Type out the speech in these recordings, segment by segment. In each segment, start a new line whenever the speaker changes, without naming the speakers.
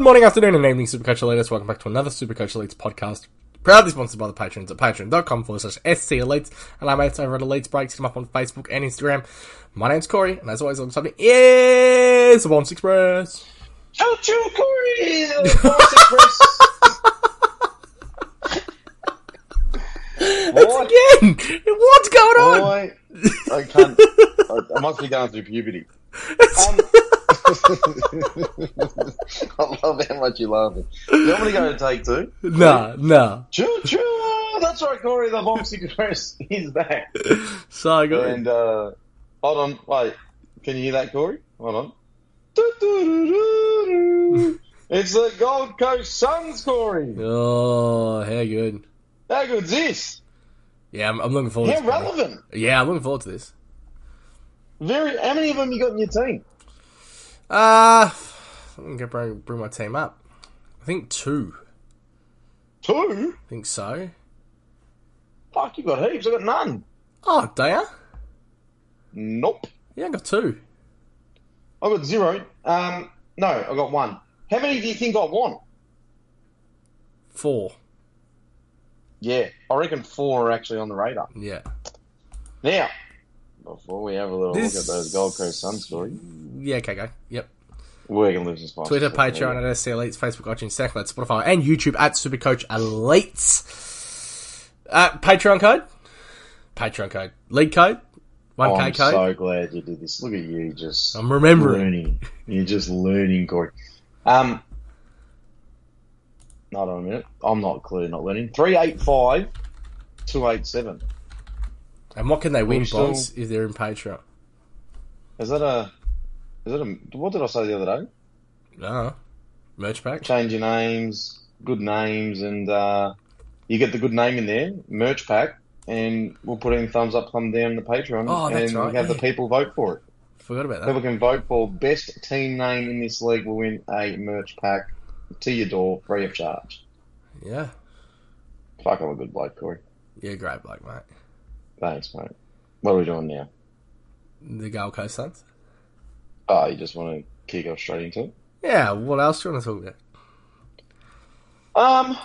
morning, afternoon, and evening, Supercoach Elites. Welcome back to another Supercoach Elites podcast. Proudly sponsored by the patrons at patreon.com forward slash SC Elites. And our mates over at Elites Breaks. Come up on Facebook and Instagram. My name's Corey, and as always, I'm something is the Bombs Express.
How true, Corey! The Bombs Express! Boy,
It's again! What's going on?
boy, I can't. I, I must be going through puberty. Um, I love how much you're laughing. You want me to go to take two?
Nah, nah.
Choo choo! That's right, Corey. The Bomb Express is back.
So good.
And uh, hold on, wait. Can you hear that, Corey? Hold on. Do-do-do-do-do. It's the Gold Coast Suns, Corey.
oh, how good.
How good's this?
Yeah, I'm, I'm looking forward to
How
this. brother.
relevant?
Yeah, I'm looking forward to this.
Very. How many of them you got in your team?
Uh, I'm going to bring, bring my team up. I think two.
Two.
I think so.
Fuck, you got heaps. I got none.
Oh, damn.
Nope.
Yeah, I got two.
I got zero. Um, no, I got one. How many do you think I won?
Four.
Yeah, I reckon four are actually on the radar.
Yeah.
Now, before we have a little
This-
look at those Gold Coast Suns, Corey,
Yeah, okay, go. Yep.
we're gonna lose this one.
Twitter, Patreon at SC Elites, Facebook, iTunes, SoundCloud, Spotify, and YouTube at Supercoach Elites. Uh, Patreon code? Patreon code. League code? 1K
I'm
code?
so glad you did this. Look at you, just
I'm remembering.
learning. You're just learning, Corey. Um, hold on a minute. I'm not clear, not learning. Three eight five two eight seven.
And what can they win,
We're still-
boys, if they're in Patreon?
Is that a? Is that a? What did I say the other day?
Uh, merch pack?
Change your names, good names, and uh, you get the good name in there, merch pack, and we'll put in thumbs up, thumb down the Patreon,
Oh, that's
and
right,
have the
yeah.
people vote for it.
Forgot about that.
People can vote for best team name in this league will win a merch pack to your door, free of charge.
Yeah.
Fuck, I'm a good bloke, Corey.
Yeah, great bloke, mate.
Thanks, mate. What are we doing now?
The Gold Coast Suns?
Oh, you just want to kick off straight into it?
Yeah, what else do you want to talk about?
Um,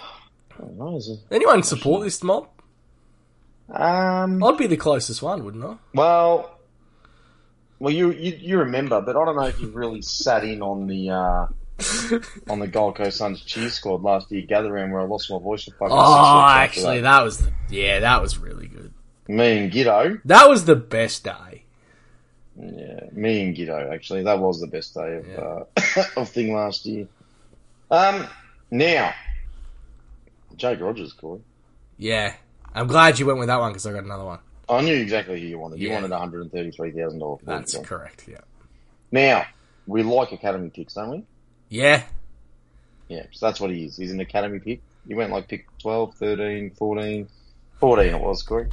I don't know, is it-
Anyone support this mob?
um,
I'd be the closest one, wouldn't I?
Well, well, you, you you remember, but I don't know if you've really sat in on the uh, on the Gold Coast Suns cheer squad last year gather round where I lost my voice for fucking six
Oh,
weeks after
actually, that was the, yeah, that was really good.
that. me and Giddo.
That was the best day.
Yeah, me and Giddo. Actually, that was the best day of
Yeah.
uh, of thing last year. Um, now Jake Rogers, Corey.
Yeah, I'm glad you went with that one because I got another one.
I knew exactly who you wanted. You
Yeah.
wanted one hundred and thirty three thousand dollars.
That's correct. Yeah,
Now we like academy picks, don't we?
yeah,
Yeah, so that's what he is. He's an academy pick. He went like pick 12, 13, 14. 14 it was, Corey.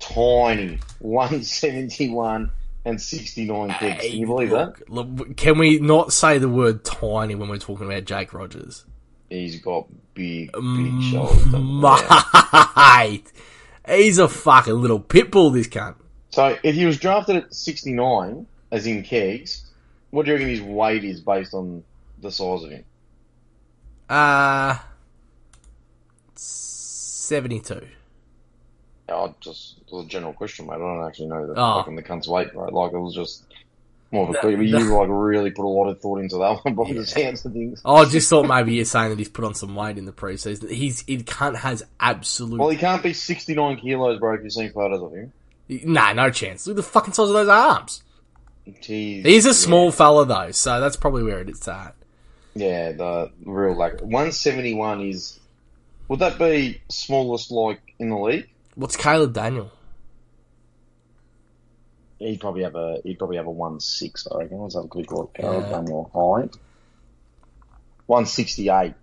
Tiny. 171 and 69 picks. Can you believe that?
Look, look, can we not say the word tiny when we're talking about Jake Rogers? Mm,
He's got big, big shoulders. Yeah.
Mate, he's a fucking little pit bull. This cunt.
So if he was drafted at 69, as in kegs, what do you reckon his weight is based on the size of him?
Uh seventy-two.
Oh, just it was a general question, mate. I don't actually know the
Oh.
fucking the cunt's weight, right? Like it was just more of a
That-
question. But you
that-
like really put a lot of thought into that one by
Yeah. Oh.
the sounds of things.
I just thought maybe you're saying that he's put on some weight in the preseason. He's it cunt has absolute.
Well, he can't be 69 kilos, bro. If you've seen photos of him,
Nah, no chance. Look at the fucking size of those arms.
he's
He's
yeah,
a small fella though, so that's probably where it's at.
Yeah, the real like 171 is. Would that be smallest like in the league?
What's Caleb Daniel?
He'd probably have a he'd probably have a one six. I reckon. Let's have a quick look.
Yeah.
Yeah. Daniel height. 168.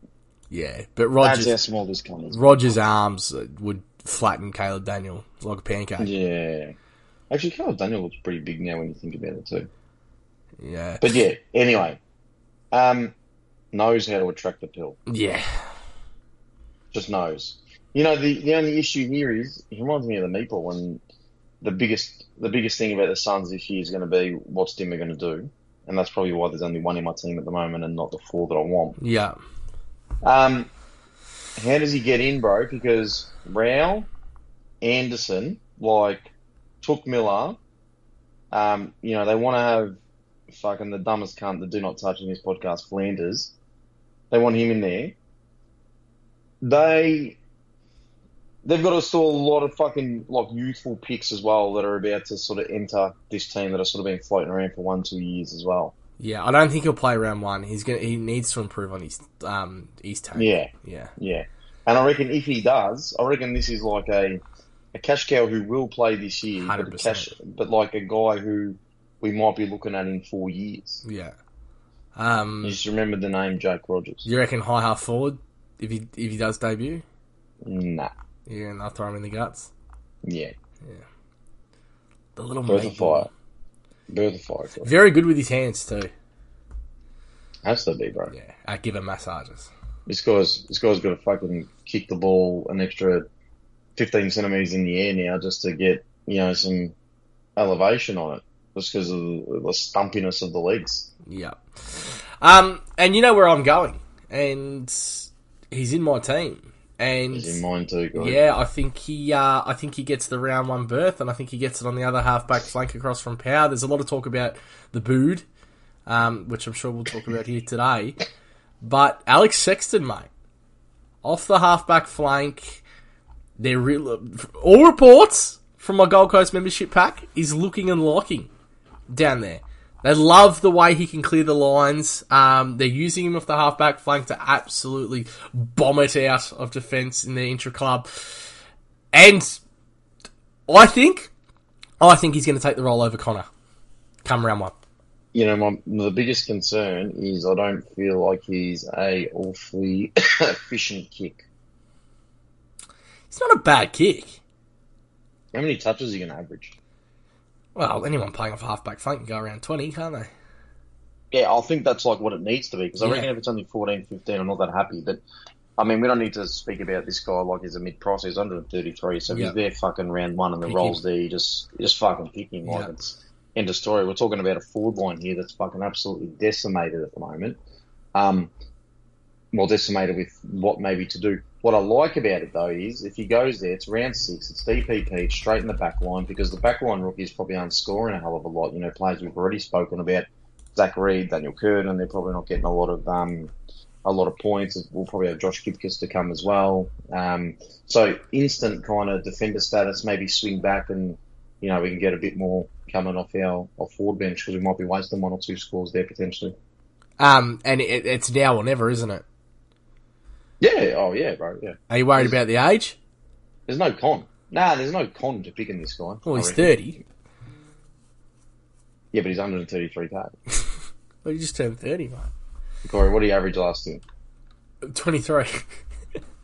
Yeah, but
That's how
Rogers
small this one is.
Rogers' arms uh, would flatten Caleb Daniel like a pancake. Yeah.
Yeah. Actually, Caleb Daniel looks pretty big now when you think about it too. But yeah, anyway, um, knows how to attract the pill.
Yeah.
just knows. You know, the, the only issue here is he reminds me of the meeple, and the biggest the biggest thing about the Suns this year is going to be what's Dimmer going to do, and that's probably why there's only one in my team at the moment and not the four that I want.
Yeah.
Um, how does he get in, bro? Because Rao, Anderson, like, took Miller. Um, you know, they want to have fucking the dumbest cunt that do not touch in this podcast, Flanders. They want him in there. They they've got to store a lot of fucking like youthful picks as well that are about to sort of enter this team that have sort of been floating around for one, two years as well.
Yeah, I don't think he'll play round one. He's gonna he needs to improve on his um his tank.
Yeah.
Yeah.
Yeah. And I reckon if he does, I reckon this is like a, a cash cow who will play this year, but, a
100%.
cash, but like a guy who we might be looking at in four years.
Yeah. Um
You just remember the name Jake Rogers.
you reckon high half forward if he if he does debut?
Nah.
Yeah, and I throw him in the guts.
Yeah.
The little
Birth
mate
of fire. Birth of fire. bro.
Very good with his hands too.
Has to be, bro.
Yeah. I give him massages.
This guy's this guy's got to fucking kick the ball an extra fifteen centimeters in the air now just to get you know some elevation on it, just because of the, the stumpiness of the legs.
Yeah. Um and you know where I'm going. And he's in my team. And
Is in mine too, guys.
Yeah, I think he. Uh, I think he gets the round one berth, and I think he gets it on the other halfback flank across from Power. There's a lot of talk about the Bood, um, which I'm sure we'll talk about here today. But Alex Sexton, mate, off the halfback flank, they're real. All reports from my Gold Coast membership pack is looking and locking down there. They love the way he can clear the lines. Um, they're using him off the halfback flank to absolutely bomb it out of defence in the intra club. And I think, I think he's going to take the role over Connor. Come round one.
You know, my the biggest concern is I don't feel like he's a awfully efficient kick.
It's not a bad kick.
How many touches are you gonna average?
Well, anyone playing off a halfback flank can go around 20, can't they?
Yeah, I think that's like what it needs to be because I
Yeah.
reckon if it's only 14, 15, I'm not that happy. But I mean, we don't need to speak about this guy like he's a mid price. He's under 33, so if
Yeah.
he's there fucking round one and the
Pick
rolls there. You just you just fucking pick him like
Yeah.
it's end of story. We're talking about a forward line here that's fucking absolutely decimated at the moment. Um, well, decimated with what maybe to do. What I like about it though is if he goes there, it's round six, it's DPP, it's straight in the back line because the back line rookies probably aren't scoring a hell of a lot. You know, players we've already spoken about, Zach Reed, Daniel Curtin, they're probably not getting a lot of um, a lot of points. We'll probably have Josh Kipkis to come as well. Um, so instant kind of defender status, maybe swing back and you know we can get a bit more coming off our off forward bench because we might be wasting one or two scores there potentially.
Um, and it, it's now or never, isn't it?
Yeah. Oh yeah, bro. Yeah.
Are you worried about the age?
There's no con. Nah, there's no con to picking this guy.
Well,
I
he's
reckon.
30.
Yeah, but he's 133k.
Well, he just turned 30, mate.
Corey, what did he average last year?
23.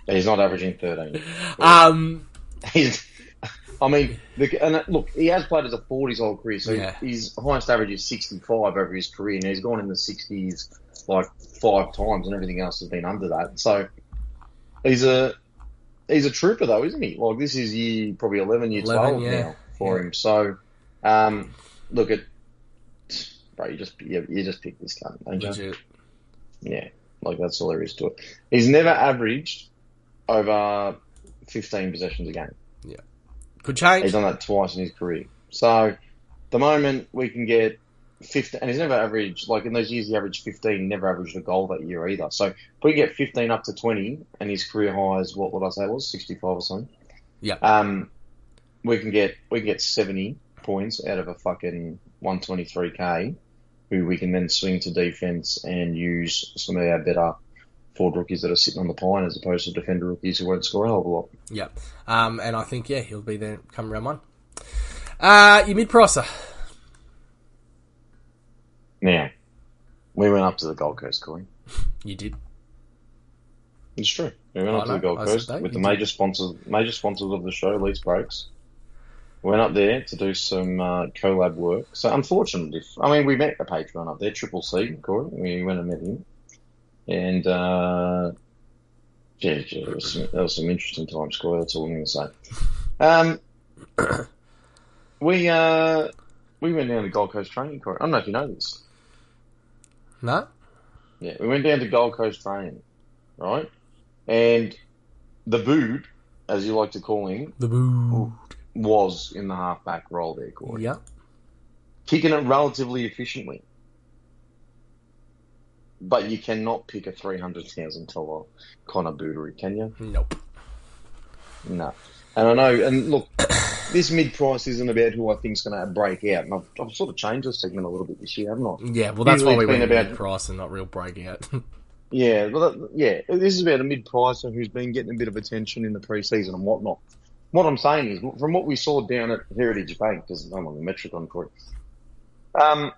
He's not averaging 13.
um,
He's, I mean, the, and uh, look, he has played as a forward his whole career, so
Yeah.
his highest average is 65 over his career, and he's gone in the 60s like five times, and everything else has been under that. So he's a he's a trooper, though, isn't he? Like this is year probably 11, year
11,
12
yeah.
now for
Yeah.
him. So um, look at. Bro, you just you, you just pick this cunt, don't you?
legit.
Yeah, like that's all there is to it. He's never averaged over 15 possessions a game.
Could change.
He's done that twice in his career. So, the moment we can get 15, and he's never averaged, like in those years he averaged 15, never averaged a goal that year either. So, if we get 15 up to 20, and his career high is what would I say it was 65 or something?
Yeah.
Um, we can get we can get 70 points out of a fucking 123k, who we can then swing to defense and use some of our better forward rookies that are sitting on the pine as opposed to defender rookies who won't score a hell of a lot.
Yeah. Um, and I think, yeah, he'll be there come round one. Uh, your mid-pricer.
Now, we went up to the Gold Coast, Corey.
You did.
It's true. We went
Oh, I
up to
know.
the Gold
I said
Coast
that.
with the
You
major sponsors, major sponsors of the show, Leeds Breaks. We went up there to do some uh, collab work. So, unfortunately, if, I mean, we met a patron up there, Triple C, Corey. We went and met him, and uh, yeah, yeah, there was some, that was some interesting times, Corey. That's all I'm going to say. Um, we uh, we went down to Gold Coast training, Corey. I don't know if you know this.
No?
Yeah, we went down to Gold Coast Train, right? And the boot, as you like to call him,
The boo.
was in the halfback role there, Corey.
Yeah.
Kicking it relatively efficiently. But you cannot pick a 300,000 dollar Connor Bootery, can you?
Nope.
No. And I know, and look, this mid price isn't about who I think's going to break out. And I've, I've sort of changed the segment a little bit this year, haven't I?
Yeah, well, that's why we
Usually
went
it's been
about
about-
price and not real breakout.
Yeah, well, that, yeah. This is about a mid-pricer who's been getting a bit of attention in the preseason and whatnot. What I'm saying is, from what we saw down at Heritage Bank, because I'm on the Metricon court, um,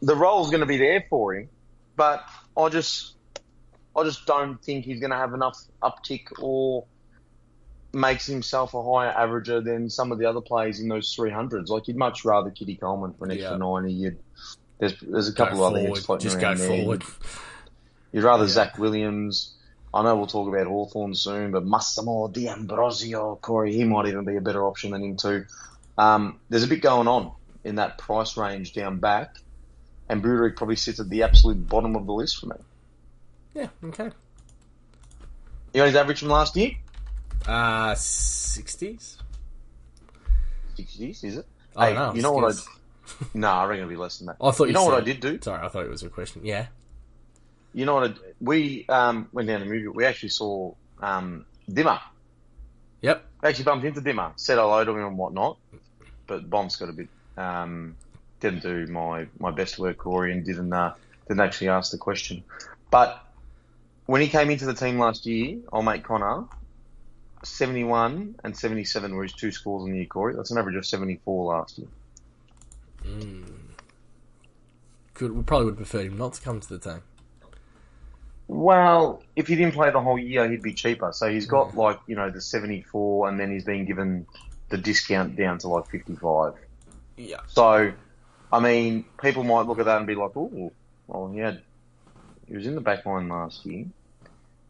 the role's going to be there for him, but I just, I just don't think he's going to have enough uptick or makes himself a higher averager than some of the other players in those 300s. Like you'd much rather Kitty Coleman for an extra
Yeah.
90. You'd, there's, there's a
go
couple of other
forward.
names floating
Just go
around there.
forward.
You'd rather
Yeah.
Zach Williams. I know we'll talk about Hawthorn soon, but Massimo D'Ambrosio, Corey, he might even be a better option than him too. Um, there's a bit going on in that price range down back, and Bruderick probably sits at the absolute bottom of the list for me.
Yeah, okay.
You know his average from last year?
Uh, 60s?
60s, is it?
I
Hey,
don't know.
you know what I-
60s.
No, I reckon it'll be less than that.
I thought
you
you
know what I
said-
did do?
Sorry, I thought it was a question. Yeah.
You know what I We um, went down to movie. We actually saw um, Dimmer.
Yep.
I actually bumped into uh, Dimmer, said hello to him and whatnot, but Bomb's got a bit um, didn't do my, my best work, Corey, and didn't uh, didn't actually ask the question. But when he came into the team last year, I'll make Connor seventy one and seventy seven were his two scores in the year, Corey. That's an average of seventy four last year.
Good. We probably would have preferred him not to come to the team.
Well, if he didn't play the whole year, he'd be cheaper. So he's got like you know the seventy four, and then he's been given the discount down to like fifty five.
Yeah.
So, I mean, people might look at that and be like, "Oh, well, he had he was in the back line last year.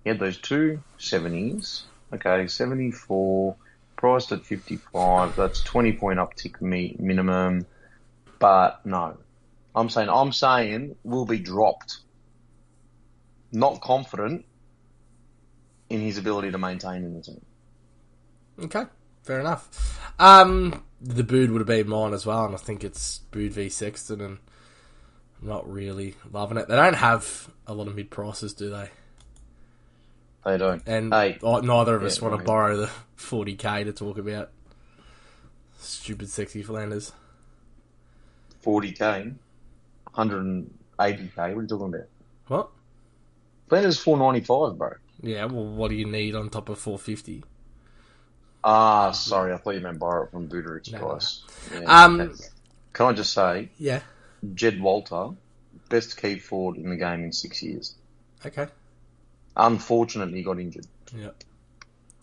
He had those two 70s. Okay, seventy four, priced at fifty five. That's twenty point uptick mi- minimum. But no, I'm saying I'm saying will be dropped. Not confident in his ability to maintain in the team.
Okay. Fair enough. Um, the Bood would have been mine as well, and I think it's Bood v Sexton, and I'm not really loving it. They don't have a lot of mid prices, do they?
They don't.
And
Hey.
oh, neither of us
Yeah,
want to
right.
borrow the 40k to talk about stupid sexy Flanders.
Forty k, hundred and eighty k. What are you talking about?
What?
Flanders four ninety five, bro.
Yeah. Well, what do you need on top of 450?
Ah, sorry, I thought you meant borrow it from Buderic's
No, no.
price. Yeah,
Um,
okay. Can I just say,
Yeah.
Jed Walter, best key forward in the game in six years.
Okay.
Unfortunately, he got injured.
Yeah.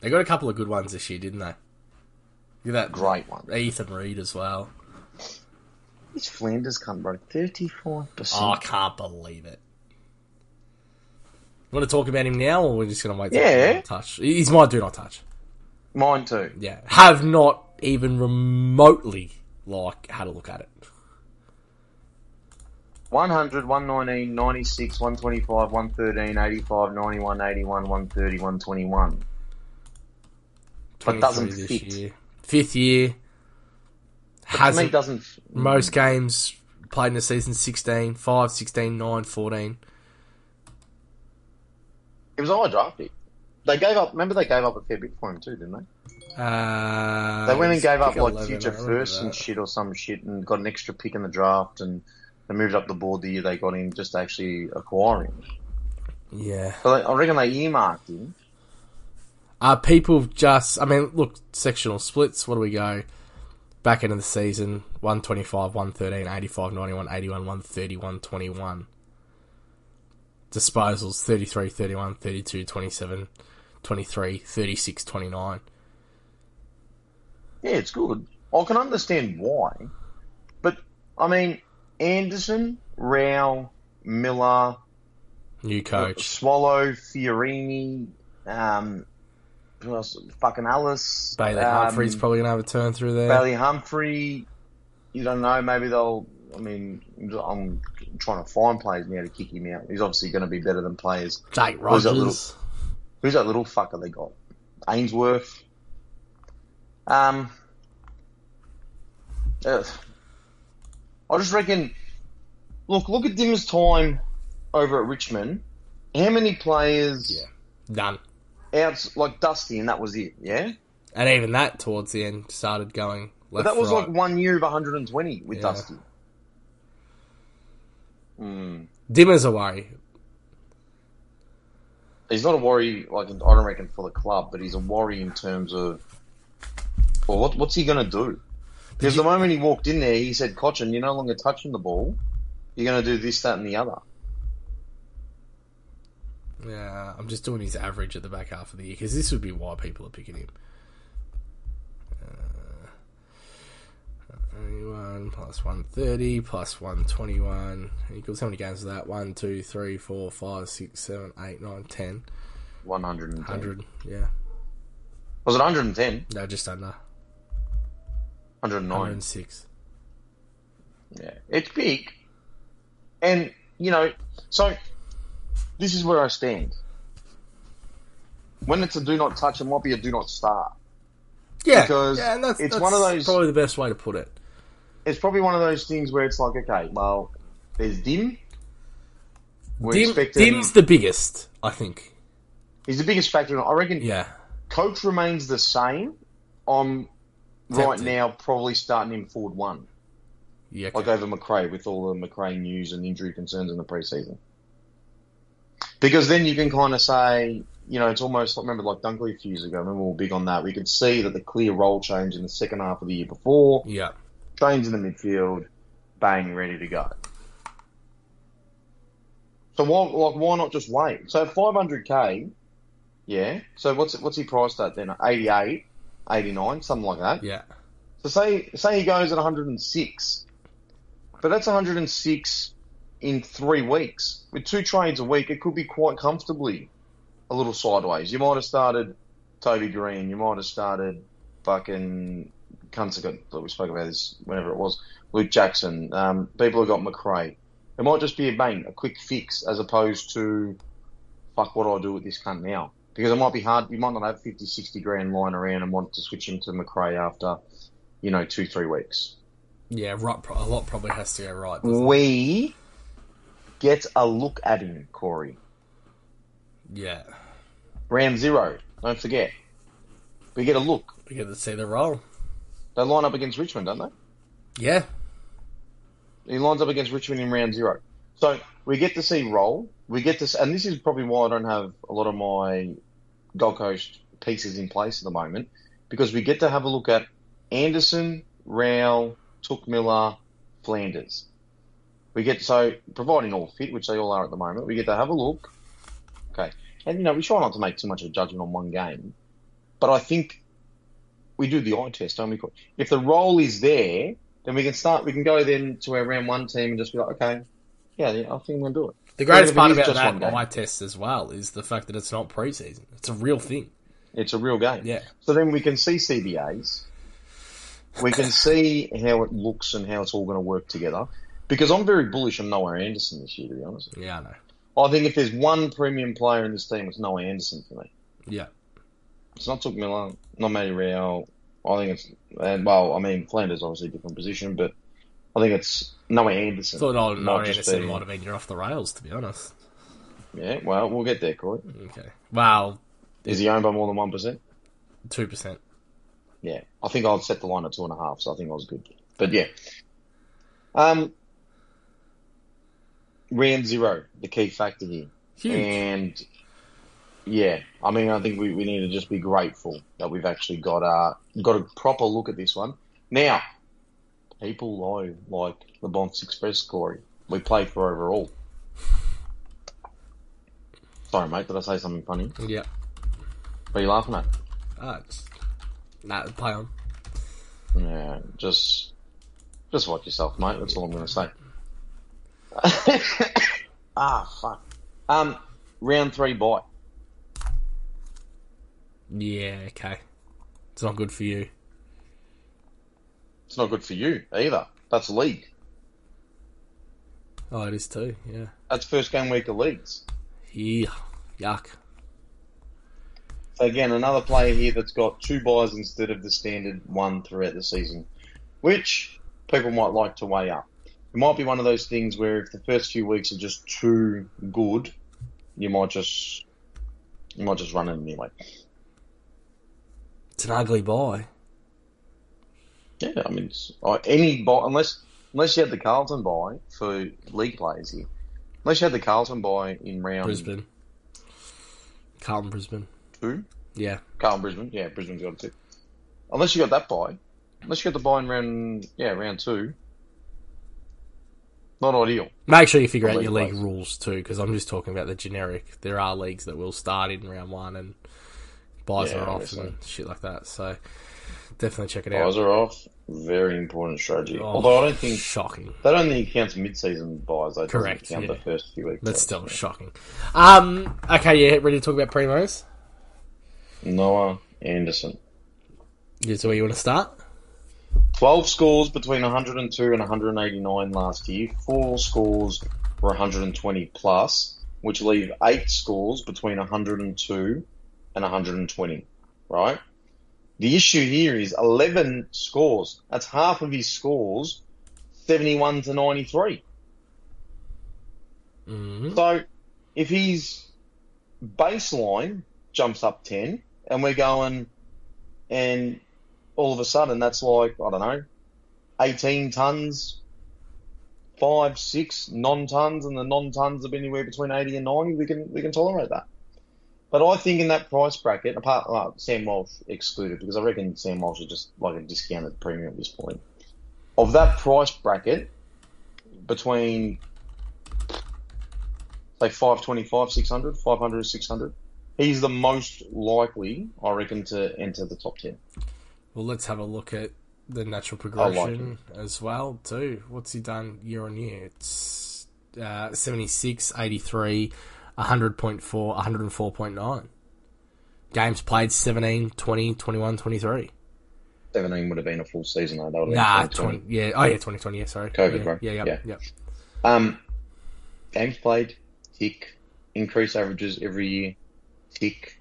They got a couple of good ones this year, didn't they? Look at that
Great one.
Ethan Reed as well.
This Flanders cunt, bro, thirty-five
Oh, I
percent.
can't believe it. Want to talk about him now, or we're just going to wait? till
Yeah.
we touch. He's my do not touch.
Mine too.
Yeah, have not even remotely like had a look at it.
100, 119, 96, 125, 113, 85, 91, 81, 130, 121. But doesn't
23
fit.
year, fifth year,
To me,
hasn't
doesn't.
most games played in the season 16, 5, 16, 9, 14.
It was a high draft pick. They gave up. Remember, they gave up a fair bit for him too, didn't they?
Uh,
They went and gave up
pick
like
11,
future
I remember
first and
that.
shit or some shit and got an extra pick in the draft and they moved up the board the year they got him just to actually acquire him.
Yeah.
So they, I reckon they earmarked him.
Are Uh, people just? I mean, look, sectional splits. What do we go? Back into the season, 125, 113, 85, 91, 81, 130, 121. Disposals, 33, 31, 32, 27, 23, 36, 29.
Yeah, it's good. I can understand why. But, I mean, Anderson, Rao, Miller,
New coach.
Swallow, Fiorini, um, who else? fucking Alice.
Bailey
um,
Humphrey's probably going to have a turn through there.
Bailey Humphrey. You don't know. Maybe they'll I mean, I'm trying to find players now to kick him out. He's obviously going to be better than players.
Jake
Who's that
Rogers.
Who's that little fucker they got? Ainsworth. Um, uh, I just reckon. Look, look at Dimmer's time over at Richmond. How many players
Yeah. Done.
outs like Dusty, and that was it. Yeah,
And even that, towards the end, started going
but
left.
that was
right.
like one year of 120 with
Yeah.
Dusty. Mm.
Dimmer's a worry.
He's not a worry, like I don't reckon for the club, but he's a worry in terms of, well, what, what's he going to do? Because the moment he walked in there, he said, "Cochin, you're no longer touching the ball. You're going to do this, that, and the other."
Yeah, I'm just doing his average at the back half of the year because this would be why people are picking him. Uh, 81 plus 130 plus 121 equals how many games is that? 1, 2, 3, 4, 5, 6, 7, 8, 9, 10.
110.
100, yeah.
Was it 110?
No, just under.
109.
106.
Yeah, it's big, and you know, so this is where I stand. When it's a do not touch, it might be a do not start.
Yeah,
Because
yeah, and that's,
it's
that's
one of those-
probably the best way to put it.
It's probably one of those things where it's like, okay, well, there's Dim. We're
Dim,
expecting
Dim's the biggest, I think.
he's the biggest factor. I reckon
Yeah,
coach remains the same. I'm right
Tempted.
now probably starting him forward one,
yeah.
like over McRae with all the McRae news and injury concerns in the preseason. Because then you can kind of say, you know, it's almost like, remember like Dunkley a few years ago, remember we were big on that. We could see that the clear role change in the second half of the year before,
yeah.
change in the midfield, bang, ready to go. So why, like, why not just wait? So 500k, yeah. So what's what's he priced at then? 88, 89, something like that.
Yeah.
So say say he goes at 106, but that's 106 in three weeks with two trades a week. It could be quite comfortably a little sideways. You might have started Toby Green. You might have started fucking cunts that got- that we spoke about this whenever it was Luke Jackson. Um, people have got McRae. It might just be a bang, a quick fix, as opposed to fuck what do I do with this cunt now? Because it might be hard. You might not have 50, 60 grand lying around and want to switch him to McRae after you know, two, three weeks.
Yeah, right, pro- a lot probably has to go right. doesn't it?
We get a look at him, Corey.
Yeah.
Round zero, don't forget. We get a look.
We get to see the role.
They line up against Richmond, don't they?
Yeah.
He lines up against Richmond in round zero. So we get to see roll. We get to, s- and this is probably why I don't have a lot of my Gold Coast pieces in place at the moment, because we get to have a look at Anderson, Rao, Took Miller, Flanders. We get so providing all fit, which they all are at the moment. We get to have a look. Okay, and you know we try not to make too much of a judgment on one game, but I think we do the eye test, don't we? If the role is there, then we can start. We can go then to our round one team and just be like, okay, yeah, yeah I think I'm gonna do it.
The greatest
if it
part
is
about
just one
that
game.
eye test as well is the fact that it's not preseason. It's a real thing.
It's a real game.
Yeah.
So then we can see CBAs. We can see how it looks and how it's all going to work together. Because I'm very bullish on Noah Anderson this year, to be honest.
Yeah, I know.
I think if there's one premium player in this team, it's Noah Anderson for me.
Yeah.
It's not Took Miller, not Matty Real. I think it's, and well, I mean, Flanders obviously a different position, but I think it's Noah Anderson.
Thought old
Might
Noah
just
Anderson
be-
might have been you're off the rails, to be honest.
Yeah, well, we'll get there, Corey.
Okay. Well,
Is he owned by more than 1%?
two percent.
Yeah, I think I'll set the line at two and a half, so I think I was good. But yeah, um, round zero, the key factor here,
Huge.
and yeah, I mean, I think we, we need to just be grateful that we've actually got a got a proper look at this one. Now, people lie like the Bonfs Express, Corey. We play for overall. Sorry, mate. Did I say something funny?
Yeah.
What are you laughing at?
Ah, just, nah, play on.
Yeah, just just watch yourself, mate. That's all I'm going to say. ah, fuck. Um, round three bite.
Yeah, okay. It's not good for you.
It's not good for you either. That's league.
Oh, it is too. Yeah.
That's first game week of leagues.
Yeah. Yuck.
So again, another player here that's got two buys instead of the standard one throughout the season, which people might like to weigh up. It might be one of those things where if the first few weeks are just too good, you might just you might just run it anyway.
It's an ugly buy.
Yeah, I mean, it's- uh, any buy unless unless you had the Carlton buy for league players here, unless you had the Carlton buy in round
Brisbane. Carlton Brisbane.
two,
Yeah.
Carlton Brisbane, yeah, Brisbane's got it too. Unless you got that buy, unless you got the buy in round yeah round two, not ideal.
Make sure you figure out
League
your league
place.
rules too, because I'm just talking about the generic. There are leagues that will start in round one and buys
Yeah,
are off
obviously.
and shit like that. So definitely check it out.
Buys are off, very important strategy.
Oh,
Although I don't think
shocking,
that only counts mid-season buys. That doesn't
Correct,
count
yeah.
the first few weeks.
but still shocking. Um, okay, yeah, ready to talk about primos?
Noah Anderson.
Yeah, so where you want to start?
12 scores between 102 and 189 last year. Four scores were 120 plus, which leave eight scores between 102 and 120, right? The issue here is 11 scores. That's half of his scores, 71 to 93.
Mm-hmm.
So if his baseline jumps up 10 and we're going and all of a sudden that's like, I don't know, 18 tons, five, six non-tons and the non-tons have been anywhere between 80 and 90, we can, we can tolerate that. But I think in that price bracket, apart uh, Sam Walsh excluded, because I reckon Sam Walsh is just like a discounted premium at this point. Of that price bracket, between say 525, 600, 500, 600. He's the most likely, I reckon, to enter the top 10.
Well, let's have a look at the natural
like
progression as well, too. What's he done year on year? It's uh, 76, 83, 100.4, 104.9. Games played 17, 20, 21, 23.
17 would have been a full season, though. That would have
Nah, 20,
been
yeah. Oh, yeah, 2020, yeah, sorry.
COVID,
yeah,
right?
Yeah, yeah,
Yeah.
yeah.
Um, games played, tick. Increase averages every year, tick.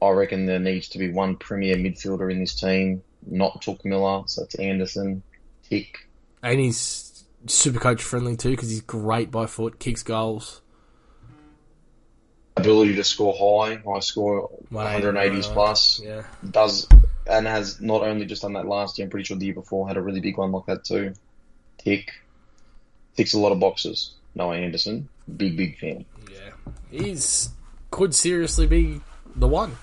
I reckon there needs to be one premier midfielder in this team, not Took Miller, so it's Anderson, tick.
And he's super coach friendly, too, because he's great by foot, kicks goals.
Ability to score high, high score, 180s plus.
uh, Yeah.
does and has not only just done that last year, I'm pretty sure the year before had a really big one like that too. Tick. Ticks a lot of boxes. Noah Anderson. Big, big fan.
Yeah. He's could seriously be the one.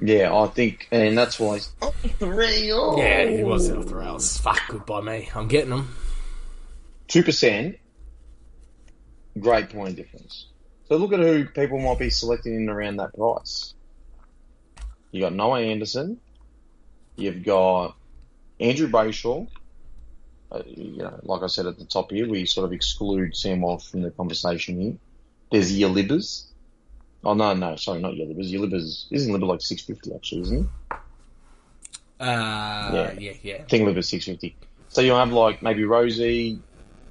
Yeah, I think and that's why he's oh. off the rails.
Yeah, he was off the rails. Fuck, good by me. I'm getting him.
Two percent great point difference. So look at who people might be selecting in and around that price. You got Noah Anderson, you've got Andrew Brayshaw. Uh, you know, like I said at the top here, we sort of exclude Sam Walsh from the conversation here. There's Yalibas. Oh no, no, sorry, not Yalibas. Yalibas isn't Yalibas like six fifty actually, isn't he?
Uh, yeah,
Yeah.
yeah.
think liver six fifty. So you'll have like maybe Rosie,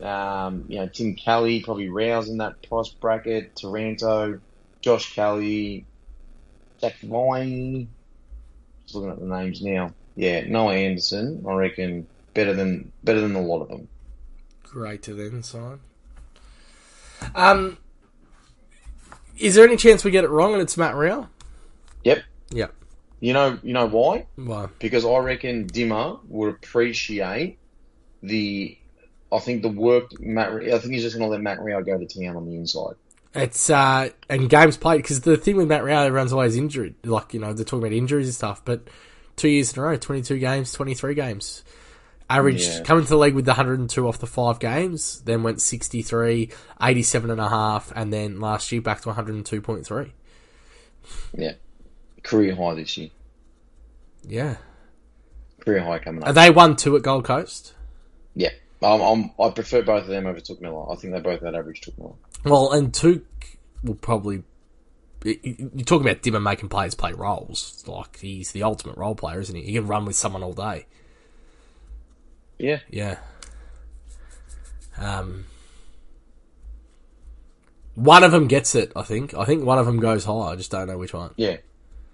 um, you know, Tim Kelly, probably Rouse in that price bracket, Taranto, Josh Kelly, Jack Vine. Just looking at the names now. Yeah, Noah Anderson, I reckon better than better than a lot of them.
Greater than sign. Um, is there any chance we get it wrong and it's Matt Rao?
Yep.
Yep.
You know you know why?
Well,
because I reckon Dimmer would appreciate the. I think the work Matt. Re- I think he's just going to let Matt Rio go to town on the inside.
it's uh, and games played because the thing with Matt Rao, everyone's always injured. Like you know, they're talking about injuries and stuff. But two years in a row, twenty-two games, twenty-three games, averaged
Yeah.
coming to the league with the hundred and two off the five games, then went 63, 87 and a half, and then last year back to one hundred and two point three.
Yeah, career high this year.
Yeah,
Career high coming
and
up.
they won two at Gold Coast.
Yeah, I'm, I'm, I prefer both of them over Took Miller. I think they both had average Took Miller.
Well, and Took will probably. you- you- You're talking about Dimmer making players play roles. Like, he's the ultimate role player, isn't he? He can run with someone all day.
Yeah,
Yeah. Um, One of them gets it, I think. I think one of them goes high. I just don't know which one.
Yeah.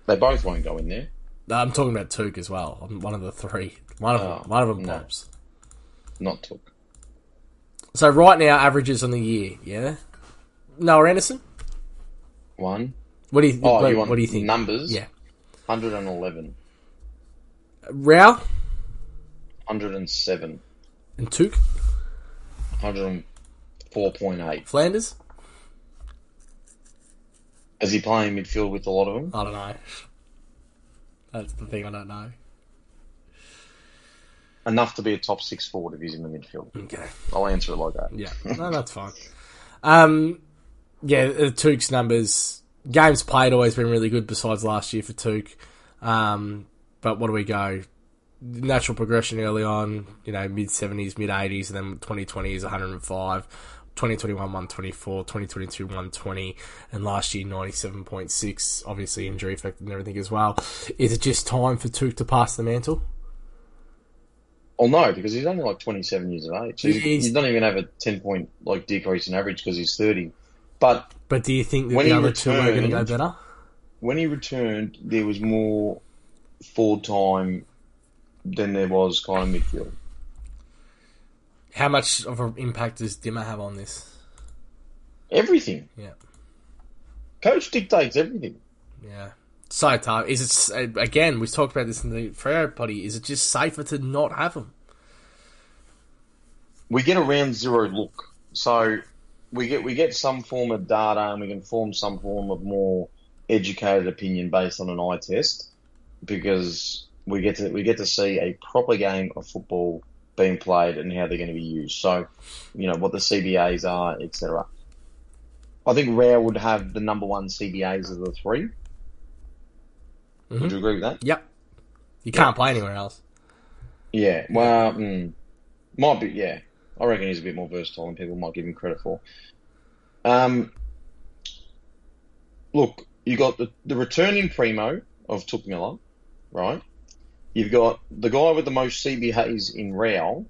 They both won't go in there.
No, I'm talking about Took as well. I'm one of the three. One of
Oh,
them, one of them
no.
pops.
Not took.
So right now, averages on the year, yeah. Noah Anderson,
One.
what do you
Oh,
what,
you want
what do you think?
Numbers?
Yeah,
111.
Rao
107.
and Took
104.8.
Flanders.
Is he playing midfield with a lot of them?
I don't know. That's the thing I don't know.
Enough to be a top six forward if he's in the midfield.
Okay,
I'll answer it like that.
yeah, no, that's fine. Um, yeah, uh, Took's numbers, games played, always been really good. Besides last year for Took, um, but what do we go? Natural progression early on, you know, mid seventies, mid eighties, and then twenty twenty is one hundred and five. 2021 124, 2022 120, and last year 97.6. Obviously, injury affected and everything as well. Is it just time for Took to pass the mantle?
Well, no, because he's only like 27 years of age. He's,
He's-
he's not even have a 10 point like decrease in average because he's 30. But
But do you think that
When
the
he
other two are going to go
returned-
better?
when he returned, there was more forward time than there was kind of midfield.
How much of an impact does Dimmer have on this?
Everything.
Yeah.
Coach dictates everything.
Yeah. So tough. Is it s- again? We talked about this in the Freo potty. Is it just safer to not have them?
we get a round zero look. So we get we get some form of data and we can form some form of more educated opinion based on an eye test because we get to we get to see a proper game of football being played and how they're going to be used. So, you know, what the CBAs are, etc. I think Rare would have the number one CBAs of the 3 Would you agree with that?
Yep. You can't play anywhere else.
Yeah, well, mm, might be. Yeah, I reckon he's a bit more versatile than people might give him credit for. Um, look, you got the the returning primo of Took Miller, right? You've got the guy with the most CBAs in Real,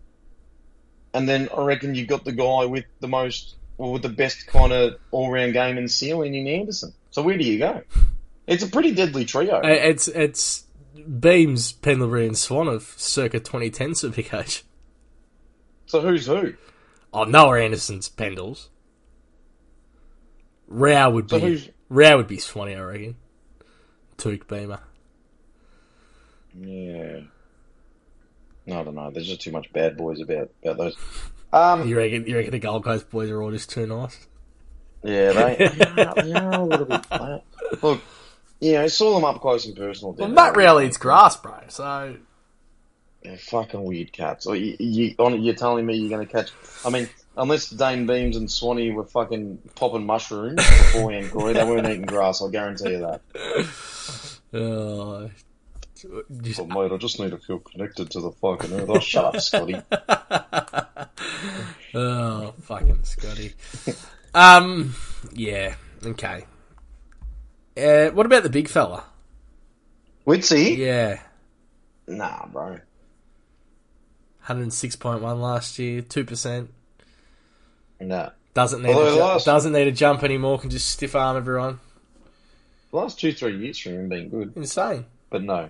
and then I reckon you've got the guy with the most, well, with the best kind of all round game in ceiling in Anderson. So where do you go? It's a pretty deadly trio.
Uh, It's it's Beams, Pendlebury, and Swan of circa 2010 Supercoach.
So who's who?
Oh, Noah Anderson's Pendles. Rao would
So
be
who's-
Rao would be Swanee, I reckon. Took Beamer.
Yeah. No, I don't know. There's just too much bad boys about, about those. Um,
You reckon? You reckon the Gold Coast boys are all just too nice?
yeah, they, they are a little bit flat. Look, you know, saw them up close and personal.
Well,
didn't
Matt
they?
Rowley eats grass, bro. So
They're fucking weird cats. Like, you, you, on, you're telling me you're going to catch. I mean, unless Dane Beams and Swanee were fucking popping mushrooms beforehand, Corey, they weren't eating grass. I'll guarantee you that.
Uh, just,
But mate, I just need to feel connected to the fucking earth. Oh, shut up, Scotty.
oh, fucking Scotty. Um, yeah, okay. Uh, what about the big fella?
Witsy?
Yeah,
Nah, bro.
106.1 last year, 2%.
Nah.
Doesn't need, a,
Although
ju-
last-
doesn't need a jump anymore, can just stiff arm everyone.
The last two, three years for him being good,
Insane.
but no.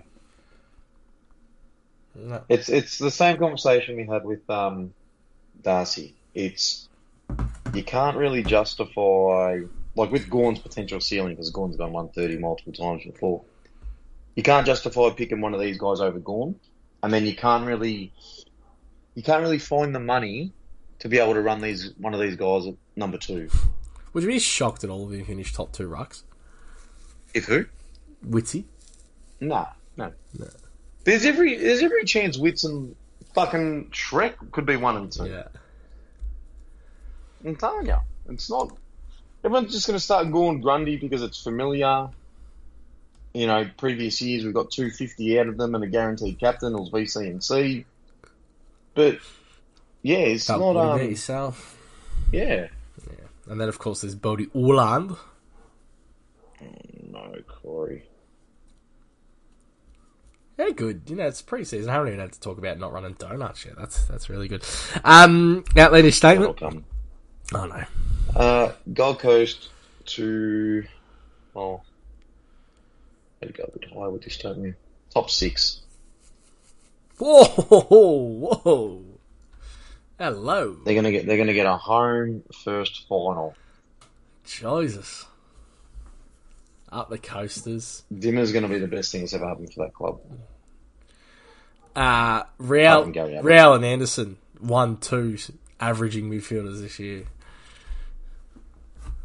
No.
It's it's the same conversation we had with um, Darcy. It's you can't really justify like with Gorn's potential ceiling because Gorn's gone one thirty multiple times before. You can't justify picking one of these guys over Gorn, and then you can't really you can't really find the money to be able to run these one of these guys at number two.
Would you be shocked at all if he finished top two rucks?
If who?
Witty.
Nah, no. There's every there's every chance Wits and fucking Shrek could be one and two.
Yeah.
I'm telling you, it's not. Everyone's just going to start going Grundy because it's familiar. You know, previous years we've got 250 out of them and a guaranteed captain, it was VC and C. But, yeah, it's
Can't
not.
worry about
Um,
yourself.
yeah.
And then, of course, there's Bodie Orland.
No, Corey.
Yeah, good. You know, it's preseason. I haven't even had to talk about not running donuts yet. That's that's really good. Um, outlandish
That'll
statement.
come.
Oh no,
Uh, Gold Coast to oh, had to go a bit higher with this, don't we? Top six.
Whoa, whoa, whoa. Hello.
They're gonna get they're gonna get a home first final.
Jesus. Up the coasters.
Dinner's gonna be the best thing that's ever happened for that club.
Uh,
Apart
Real,
from Gary Ablett.
Real and Anderson, one, two, averaging midfielders this year.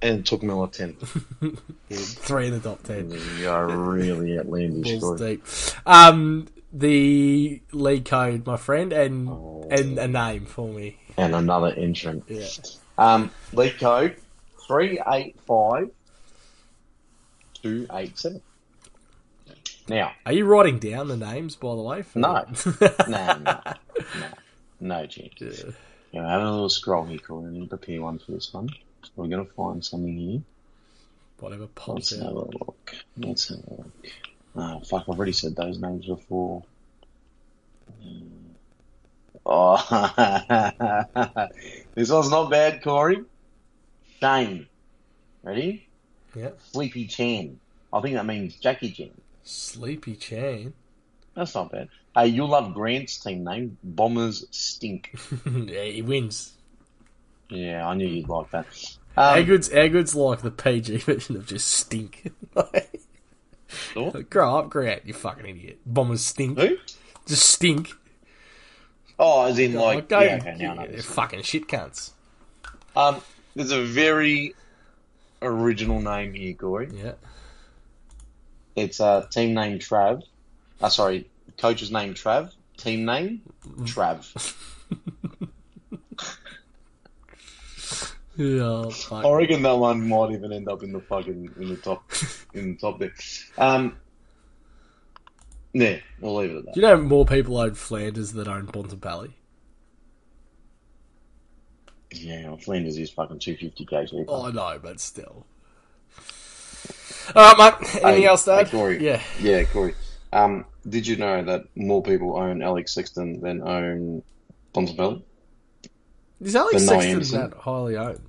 And took Miller tenth.
Three in the top ten.
you are really outlandish.
Balls
Corey.
deep. Um, the league code, my friend, and and a name for me.
and another entrant.
Yeah.
Um, lead code three eight five two eight seven. Now,
Are you writing down the names, by the way? for-
No. no, no, no, no, Jim.
Yeah.
You know, having a little scroll here, Corey. I need to prepare one for this one. We're going to find something here.
Whatever
Let's
pops
have
out.
a look. Let's have a look. Oh, fuck, I've already said those names before. Mm. Oh, this one's not bad, Corey. Shane. Ready?
Yeah.
Sleepy Chan. I think that means Jackie Chan.
Sleepy Chan.
That's not bad. Hey, you love Grant's team name, Bombers Stink.
yeah, he wins.
Yeah, I knew you'd like that.
Our
Um,
goods, our goods like the PG version of just stink. Like, Grow up, Grant, you fucking idiot. Bombers stink.
who?
Just stink.
Oh, as in
Like,
like,
go,
yeah, okay, now I know
they're
this.
fucking shit cunts.
Um, there's a very original name here, Corey.
Yeah.
It's uh, team name Trav. Uh, sorry, coach's name Trav. Team name Trav.
Yeah, oh, fuck.
I reckon that one might even end up in the fucking in the top in the top there. Um, yeah, we'll leave it at
Do
that.
you know more people own Flanders than own Bontempelli?
Yeah, well, Flanders is fucking two fifty k.
Oh, I know, but still. All right, mate. Anything
Hey,
else,
hey,
Dad?
Corey.
Yeah.
Yeah, Corey. Um, did you know that more people own Alex Sexton than own Bontempelli?
Is Alex
But no
Sexton
Anderson.
that highly owned?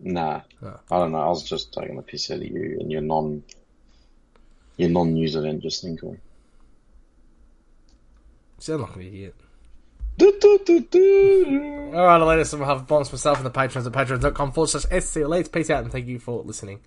Nah,
Oh.
I don't know. I was just taking the piss out of you and your non, your non-news event just then, Corey.
Sound like an idiot.
Do, do, do, do.
All right, I'll let us have bonds myself and the patrons at patreon.com forward slash SC Elites. Peace out and thank you for listening.